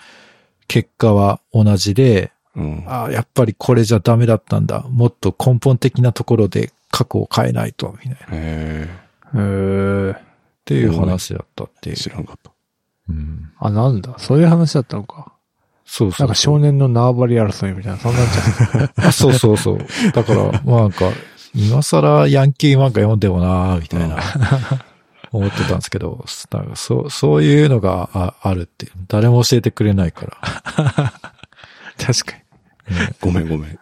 Speaker 3: 結果は同じで、
Speaker 2: あ。うん。
Speaker 3: あーやっぱりこれじゃダメだったんだ。もっと根本的なところで過去を変えないと、みたいな。っ
Speaker 2: へ
Speaker 1: へー
Speaker 3: ていう話だったってい
Speaker 2: え。
Speaker 3: う。
Speaker 2: 知らんかった。
Speaker 3: うん
Speaker 1: あ、なんだ。そういう話だったのか。
Speaker 3: そう
Speaker 1: な
Speaker 3: そうん
Speaker 1: か少年の縄張り争いみたいな、そんなんじゃない。
Speaker 3: あ そうそうそう。だから、まあなんか、今更ヤンキー漫画読んでもなーみた いな、思ってたんですけど、なんかそう、そういうのがああるって、誰も教えてくれないから。
Speaker 1: 確か
Speaker 2: ごめんごめん。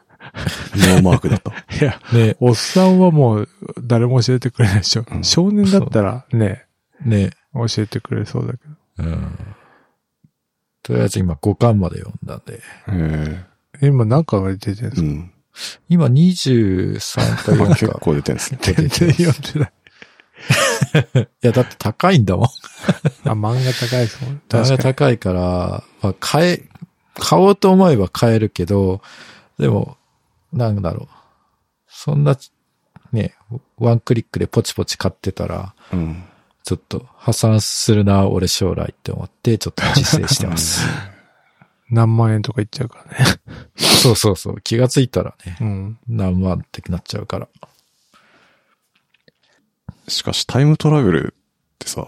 Speaker 2: ノーマークだった。
Speaker 1: に。いや、
Speaker 3: ね、
Speaker 1: おっさんはもう誰も教えてくれないでしょ。
Speaker 2: うん
Speaker 1: 少年だったらね、
Speaker 3: ね、
Speaker 1: 教えてくれそうだけど。
Speaker 3: うん。とりあえず今5巻まで読んだんで、
Speaker 2: へ
Speaker 1: 今何巻まで出てるんで
Speaker 2: え。う
Speaker 1: すか
Speaker 2: ん。
Speaker 3: 今23 か
Speaker 2: まあ結
Speaker 3: 4か。
Speaker 2: 構出てんですね。
Speaker 3: 出て
Speaker 1: 全
Speaker 3: きて
Speaker 1: 然
Speaker 3: ます
Speaker 1: 読んでない。
Speaker 3: いや、だって高いんだもん。
Speaker 1: あ、漫画高いですもん。確
Speaker 3: だが
Speaker 1: かに。
Speaker 3: 高いから、まあ、買え、買おうと思えば買えるけど、でも、なんだろう。そんな、ね、ワンクリックでポチポチ買ってたら、
Speaker 2: うん。
Speaker 3: ちょっと破産するな、俺将来って思って、ちょっと自制して ます。
Speaker 1: 何万円とかいっちゃうからね。
Speaker 3: そうそうそう。気がついたらね、
Speaker 1: うん。
Speaker 3: 何万ってなっちゃうから。
Speaker 2: しかしタイムトラベルってさ、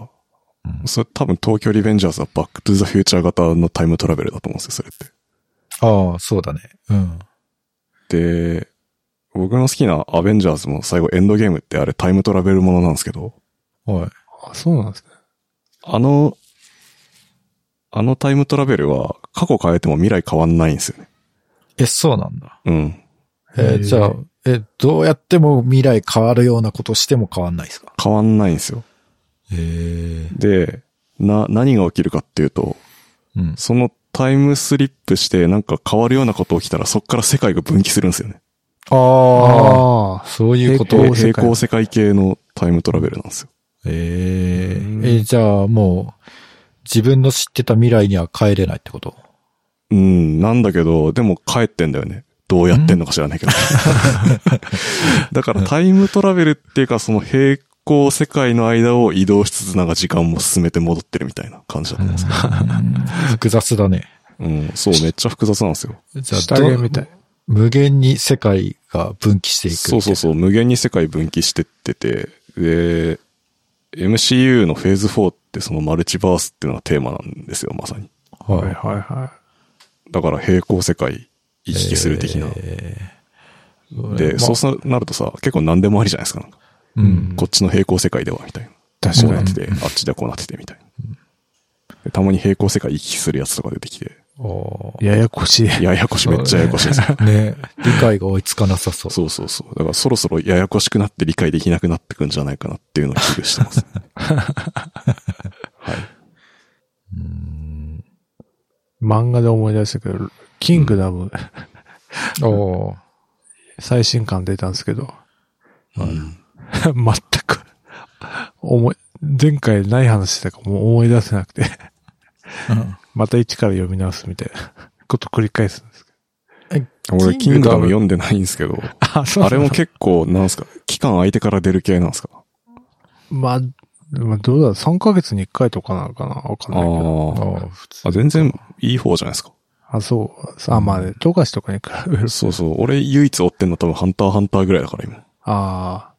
Speaker 3: うん
Speaker 2: それ多分東京リベンジャーズはバックトゥザフューチャー型のタイムトラベルだと思うんですよ、それって。
Speaker 3: ああ、そうだね。うん。
Speaker 2: で、僕の好きなアベンジャーズも最後エンドゲームってあれタイムトラベルものなんですけど、
Speaker 3: はい。
Speaker 1: あ、そうなんですね。
Speaker 2: あの、あのタイムトラベルは過去変えても未来変わんないんですよね。
Speaker 3: え、そうなんだ。
Speaker 2: うん。
Speaker 3: え
Speaker 1: へえ
Speaker 3: ーじゃあ、え、どうやっても未来変わるようなことしても変わんないですか
Speaker 2: 変わんないんですよ。
Speaker 3: へえ。
Speaker 2: で、な、何が起きるかっていうと、
Speaker 3: うん。
Speaker 2: そのタイムスリップしてなんか変わるようなこと起きたらそっから世界が分岐するんですよね。
Speaker 3: あ
Speaker 1: あ
Speaker 3: あ、そういうこと。
Speaker 1: 平行世界
Speaker 3: へ
Speaker 2: 平行世界系のタイムトラベルなんですよ。
Speaker 3: え
Speaker 1: うん
Speaker 3: え、じゃあもう、自分の知ってた未来には帰れないってこと
Speaker 2: うん、なんだけど、でも帰ってんだよね。どうやってんのか知らないけど。 だからタイムトラベルっていうかその平行世界の間を移動しつつなんか時間も進めて戻ってるみたいな感じだと思うんですけど。
Speaker 3: 複雑だね。
Speaker 2: うん、そう、めっちゃ複雑なんですよ。
Speaker 3: じ
Speaker 1: あ。
Speaker 3: ゃ
Speaker 1: 下
Speaker 3: あど
Speaker 1: 着みたい。
Speaker 3: 無限に世界が分岐していく
Speaker 2: そうそう
Speaker 3: う。
Speaker 2: そう、無限に世界分岐してってて、で、MCU のフェーズ4ってそのマルチバースっていうのがテーマなんですよ、まさに。
Speaker 1: はい
Speaker 3: は
Speaker 1: はいは
Speaker 2: だから平行世界
Speaker 3: い。
Speaker 2: 行き来する的な。
Speaker 3: えー
Speaker 2: で、
Speaker 3: まあ
Speaker 2: そうさなるとさ、結構何でもありじゃないですか。なんか
Speaker 3: う
Speaker 1: い。
Speaker 3: ん。
Speaker 2: こっちの平行世界では、みたいな。
Speaker 1: 確
Speaker 2: こう
Speaker 1: か
Speaker 2: なっ
Speaker 1: に
Speaker 2: て。て、あっちではこうなってて、みたいな。でたまに平行世界行き来するやつとか出てきて、
Speaker 3: あ
Speaker 1: ややこしい。
Speaker 2: ややこしい、めっちゃややこし いですよ。
Speaker 3: あ。ね理解が追いつかなさそう。
Speaker 2: そうそうそう。だからそろそろややこしくなって理解できなくなってくんじゃないかなっていうのを危惧してます。
Speaker 3: うん。
Speaker 1: 漫画で思い出したけど、キングダム、
Speaker 3: おー
Speaker 1: 最新刊出たんですけど、
Speaker 2: うん
Speaker 1: 全く、思い、前回ない話してたかもう思い出せなくて、また一から読み直すみたいなこと繰り返すんですけ
Speaker 2: 俺、キングダム読んでないんです けど、
Speaker 1: ど。あ、そ
Speaker 2: あれも結構、なんすか、期間空いてから出る系なんですか
Speaker 1: まあ、まあ、どうだろう、3ヶ月に1回とかなのかなわかん
Speaker 2: あ
Speaker 1: ないけど。
Speaker 3: あ
Speaker 2: ー
Speaker 3: ー普通
Speaker 2: あ。全然いい方じゃないですか。
Speaker 1: あ、そう。あ、まあね、富樫とかに比べる。
Speaker 2: そうそう。俺、唯一追ってんの多分、ハンターハンターぐらいだから、今。
Speaker 1: あ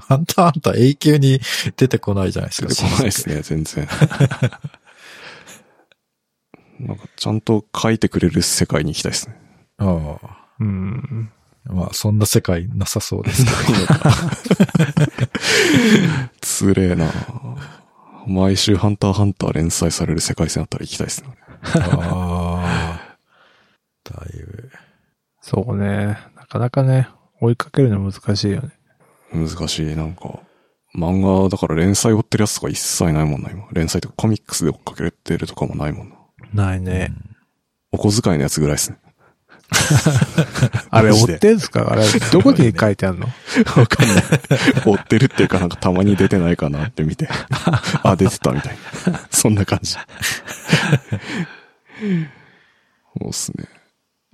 Speaker 3: ハンターハンター永久に出てこないじゃないです
Speaker 2: 出
Speaker 3: か。
Speaker 2: てこないですね、全然。 なんか、ちゃんと書いてくれる世界に行きたいですね。
Speaker 3: ああ。
Speaker 1: あ、うん。
Speaker 3: まあ、そんな世界なさそうですね。
Speaker 2: つれえな毎週ハンターハンター連載される世界線あったら行きたいですね。
Speaker 3: ああ。だいぶ。
Speaker 1: そうね。なかなかね、追いかけるの難しいよね。
Speaker 2: 難しい、なんか。漫画、だから連載追ってるやつとか一切ないもんな、今。連載とかコミックスで追っかけてるとかもないもんな。
Speaker 1: ないね。
Speaker 2: お小遣いのやつぐらいですね。
Speaker 1: あれ、
Speaker 2: マジで
Speaker 1: 追ってんす かあれ、どこに書いてあんの
Speaker 2: わかんない。追ってるっていうかなんかたまに出てないかなって見て。あ、出てたみたいな。 そんな感じ。そうっすね。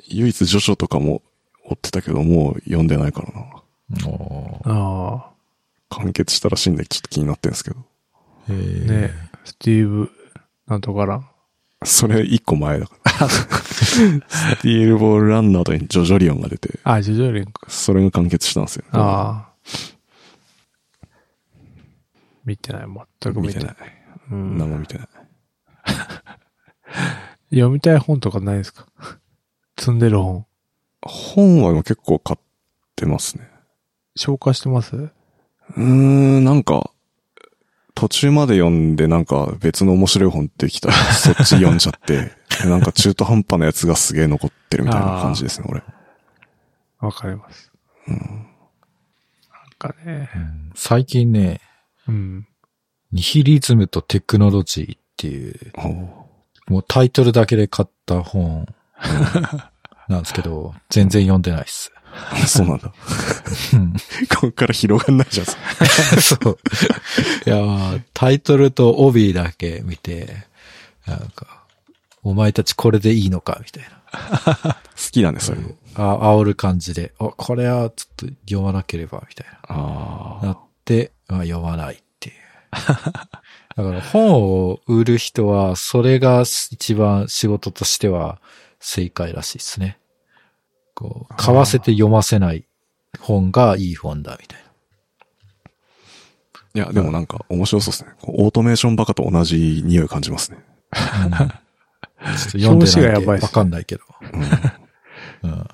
Speaker 2: 唯一ジョジョとかも追ってたけど、もう読んでないからな。
Speaker 3: おー
Speaker 1: あ
Speaker 2: 完結したらしいんでちょっと気になってんですけど。
Speaker 1: あ。
Speaker 3: えー
Speaker 1: ねスティーブ、なんとかラン。
Speaker 2: それ一個前だから。 スティールボールランの後にジョジョリオンが出て、
Speaker 1: あ、ジョジョリンク。
Speaker 2: それが完結したんですよ。
Speaker 1: ああ。見てない、全く見
Speaker 2: 見
Speaker 1: て
Speaker 2: て
Speaker 1: ない。
Speaker 2: ない。
Speaker 1: うん
Speaker 2: 何も見てない。
Speaker 1: 読みたい本とかないです か積んでる本。
Speaker 2: 本は結構買ってますね。
Speaker 1: 消化してます
Speaker 2: うーん、なんか、途中まで読んでなんか別の面白い本できたらそっち読んじゃって、なんか中途半端なやつがすげえ残ってるみたいな感じですね、俺。
Speaker 1: わかります。
Speaker 2: うん、
Speaker 1: なんかね。
Speaker 3: うん最近ね、
Speaker 1: うん。
Speaker 3: ニヒリズムとテクノロジーっていう、
Speaker 2: ほ
Speaker 3: もうタイトルだけで買った本なんですけど、全然読んでないっす。
Speaker 2: う そうなんだ。こっから広がんないじゃん。
Speaker 3: そう。いやータイトルと帯だけ見て、なんか、お前たちこれでいいのかみたいな。
Speaker 2: 好きだね、そういうの。
Speaker 3: あ煽る感じで、お、これはちょっと読まなければ、みたい
Speaker 2: あ
Speaker 3: な。なって、あ読まないっていう。だから本を売る人は、それが一番仕事としては正解らしいですね。こう、買わせて読ませない本がいい本だ、みたいな。
Speaker 2: いや、でもなんか面白そうですね。こうオートメーションバカと同じ匂い感じますね。
Speaker 3: うんちょっと読んで
Speaker 1: 表紙が
Speaker 3: な
Speaker 1: や
Speaker 3: いんで
Speaker 1: ばいっ
Speaker 3: わ
Speaker 1: すね
Speaker 3: かんないけど。
Speaker 2: うん
Speaker 3: うん、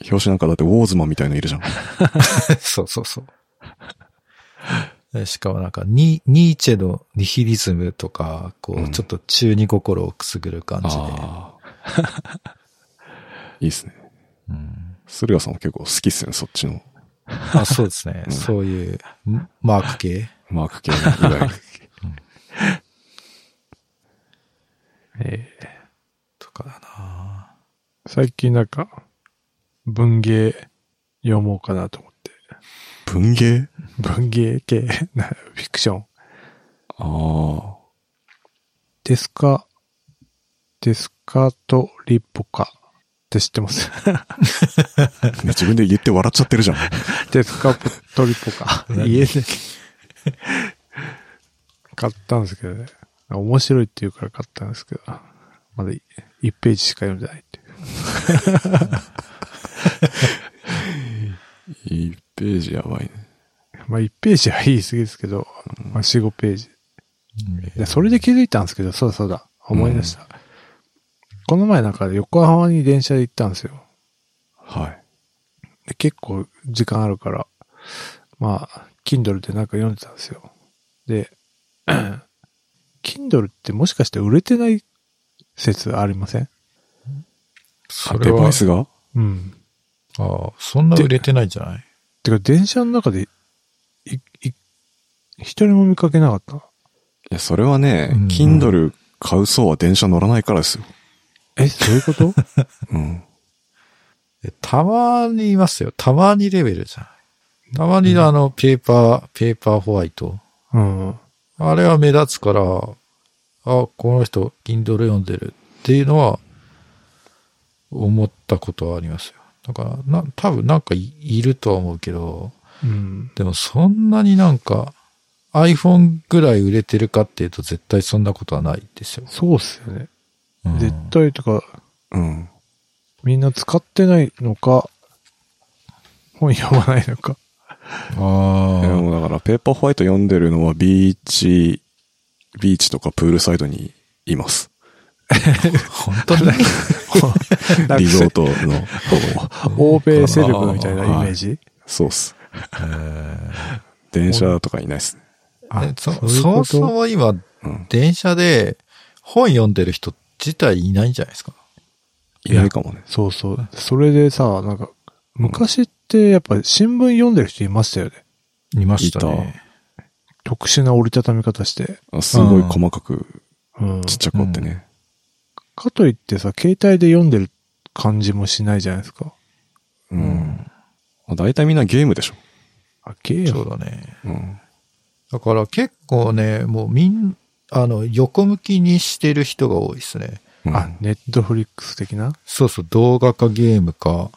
Speaker 2: 表紙なんかだってウォーズマンみたいのいるじゃん。
Speaker 3: そうそうそう。でしかもなんかニ、ニーチェのニヒリズムとか、こ
Speaker 2: う
Speaker 3: う、
Speaker 2: ん
Speaker 3: ちょっと中二心をくすぐる感じで。
Speaker 2: ああ。いいですね。
Speaker 3: うん
Speaker 2: 駿河さんも結構好きっすよね、そっちの
Speaker 3: あそうですね。
Speaker 2: うん
Speaker 3: そういう、んマーク系。
Speaker 2: マーク系の、いわゆる。
Speaker 1: えー
Speaker 3: とかだな
Speaker 1: 最近なんか、文芸読もうかなと思って。
Speaker 2: 文芸
Speaker 1: 文芸系、 なフィクション。
Speaker 2: あ
Speaker 1: デスカ、デスカとリポカって知ってます
Speaker 2: あ。ね、自分で言って笑っちゃってるじゃん。
Speaker 1: デスカとリポカ。
Speaker 3: 何
Speaker 1: 家で。買ったんですけどね。面白いって言うから買ったんですけど、まだい1ページしか読んでないっていう。
Speaker 2: 1ページやばいね。
Speaker 1: まあ1ページは言い過ぎですけど、まあ4、5ページ。で、それで気づいたんですけど、そうだそうだ、思い出した。この前なんか横浜に電車で行ったんですよ。
Speaker 2: はい。
Speaker 1: で結構時間あるから、まあ、Kindle でなんか読んでたんですよ。で、Kindle ってもしかして売れてない説ありません
Speaker 3: それ
Speaker 2: デバ
Speaker 3: は
Speaker 2: イ、スが
Speaker 1: うん。
Speaker 3: ああ、そんな売れてないんじゃない
Speaker 1: てか電車の中で、い、い、一人も見かけなかった。
Speaker 2: いや、それはね、
Speaker 3: うん
Speaker 2: Kindle 買う層は電車乗らないからですよ。
Speaker 1: え、そういうこと
Speaker 2: うん。
Speaker 3: えたまにいますよ。たまにレベルじゃない。たまにあの、ペーパー、ペーパーホワイト。
Speaker 1: うん。
Speaker 3: あれは目立つから、あ、この人、Kindle 読んでるっていうのは、思ったことはありますよ。だから、な、多分なんかいいるとは思うけど、
Speaker 1: うん。
Speaker 3: でもそんなになんか、iPhone ぐらい売れてるかっていうと絶対そんなことはないですよ。
Speaker 1: そうっすよね。
Speaker 3: うん
Speaker 1: 絶対とか、
Speaker 2: うん。
Speaker 1: みんな使ってないのか、本読まないの か。
Speaker 3: あ
Speaker 2: いや
Speaker 3: あ。
Speaker 2: もうだから、ペーパーホワイト読んでるのは、ビーチ、ビーチとかプールサイドにいます。
Speaker 3: 本当 に
Speaker 1: なんか
Speaker 2: リゾートの方。
Speaker 1: 欧米セレブみたいなイメージ
Speaker 2: そうっす。電車とかいないっすね。
Speaker 3: えそ
Speaker 1: そういうこと
Speaker 3: そもそも今、
Speaker 2: うん。
Speaker 3: 電車で本読んでる人自体いないんじゃないですか。
Speaker 2: いないかもね。
Speaker 1: そうそう。それでさ、なんか、昔ってやっぱ新聞読んでる人いましたよね。
Speaker 3: いま
Speaker 2: したね
Speaker 1: 特殊な折りたたみ方して。
Speaker 2: あすごい細かく、
Speaker 1: うん。
Speaker 2: ちっちゃく折ってね。
Speaker 1: かといってさ、携帯で読んでる感じもしないじゃないですか。
Speaker 2: う。
Speaker 3: うんん。
Speaker 2: まあ大体みんなゲームでしょ。
Speaker 1: あ、ゲー
Speaker 3: そ
Speaker 1: ム
Speaker 3: うだね。
Speaker 2: うん。
Speaker 3: だから結構ね、もうみん、あの、横向きにしてる人が多いですね。
Speaker 2: うん
Speaker 1: あ、ネットフリックス的な
Speaker 3: そうそう、動画かゲームか、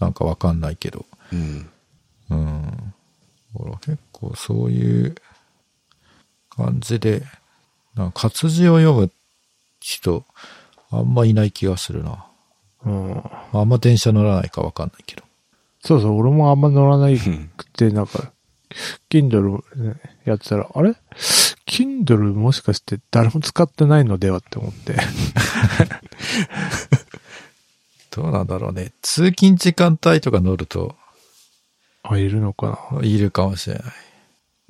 Speaker 3: なんかわかんないけど。
Speaker 2: うん。
Speaker 3: うん。ほら、結構そういう感じで、なんか活字を読む人、あんまいない気がするな。
Speaker 1: うん。
Speaker 3: あんま電車乗らないかわかんないけど。
Speaker 1: そうそう、俺もあんま乗らない
Speaker 2: うん
Speaker 1: くて、なんか、Kindle ねやってたら、あれ Kindle もしかして誰も使ってないのではって思って。
Speaker 3: どうなんだろうね。通勤時間帯とか乗ると、
Speaker 1: あ、いるのかな。
Speaker 3: いるかもしれない。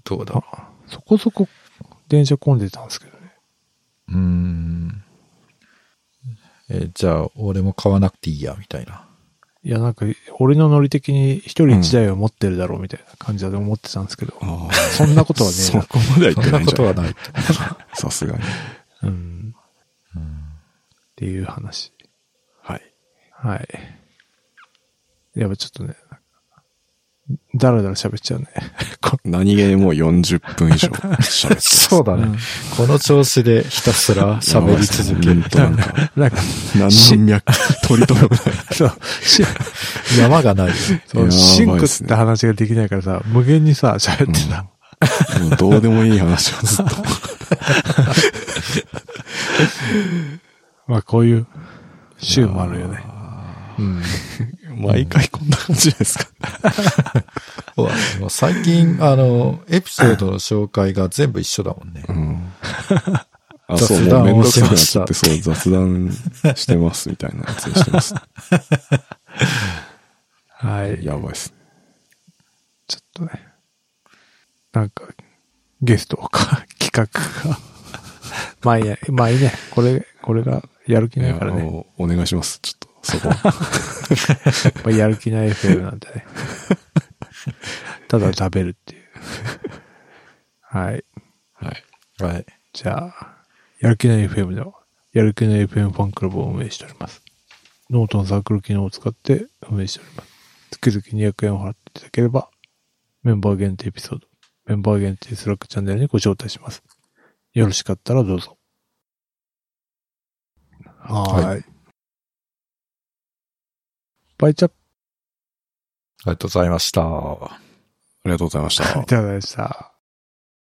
Speaker 3: どうだろ
Speaker 1: あそこそこ電車混んでたんですけどね。
Speaker 3: う。うーん。え、じゃあ、俺も買わなくていいや、みたいな。
Speaker 1: いや、なんか、俺のノリ的に一人一台は持ってるだろうみたいな感じだと思ってたんですけど、
Speaker 2: あ
Speaker 1: そんなこと
Speaker 2: あ。
Speaker 1: はねえ
Speaker 2: そ
Speaker 1: な
Speaker 2: こまでは
Speaker 3: そ
Speaker 2: 言ってな
Speaker 3: んない
Speaker 2: ん
Speaker 3: こ
Speaker 2: じゃ
Speaker 3: と
Speaker 2: な
Speaker 3: はいない。
Speaker 2: さすがに。
Speaker 1: うん。
Speaker 3: うん
Speaker 1: っていう話。
Speaker 2: はい。
Speaker 1: はい。やっぱちょっとね、だらだら喋っちゃうね。
Speaker 2: 何気にもう40分以上喋ってます。
Speaker 3: そうだね。
Speaker 1: うん
Speaker 3: この調子でひたすら 喋り続けると
Speaker 2: やばいですね本
Speaker 1: なんか、
Speaker 2: 当なんか、何の脈、取り留めもない。
Speaker 1: そう、し
Speaker 3: 山がないよ。
Speaker 1: そう
Speaker 2: やばいっすね
Speaker 1: シンクって話ができないからさ、無限にさ、喋ってた。
Speaker 2: もうどうでもいい話をずっと。
Speaker 1: まあ、こういう週もあるよね。うん。
Speaker 2: 毎回こんな感じですか。
Speaker 3: そうだねもう最近、あの、エピソードの紹介が全部一緒だもんね。
Speaker 2: うん。あ、そう、
Speaker 3: 雑
Speaker 2: も
Speaker 3: 談
Speaker 2: うめんど
Speaker 3: を
Speaker 2: くさ
Speaker 3: し
Speaker 2: く
Speaker 3: ま
Speaker 2: なっ
Speaker 3: し
Speaker 2: ち
Speaker 3: た
Speaker 2: ゃって、そう、雑談してますみたいなやつにしてます。
Speaker 1: はい。
Speaker 2: やばいっすね。
Speaker 1: ちょっとね。なんか、ゲストか、 企画が。まあいいや、まあいいね。これ、これがやる気ないからね。
Speaker 2: おお願いします。ちょっと、そこは。
Speaker 1: まあ、やる気ない FM なんで ね。ただ食べるっていう。はい。
Speaker 2: はい。
Speaker 3: はい。
Speaker 1: じゃあ、やる気ない FM では、やる気ない FM ファンクラブを運営しております。ノートのサークル機能を使って運営しております。月々200円を払っていただければ、メンバー限定エピソード、メンバー限定スラックチャンネルにご招待します。よろしかったらどうぞ。はーい。
Speaker 3: は
Speaker 1: バイチャップ
Speaker 3: ありがとうございました。
Speaker 2: ありがとうございました
Speaker 1: い。ただきました。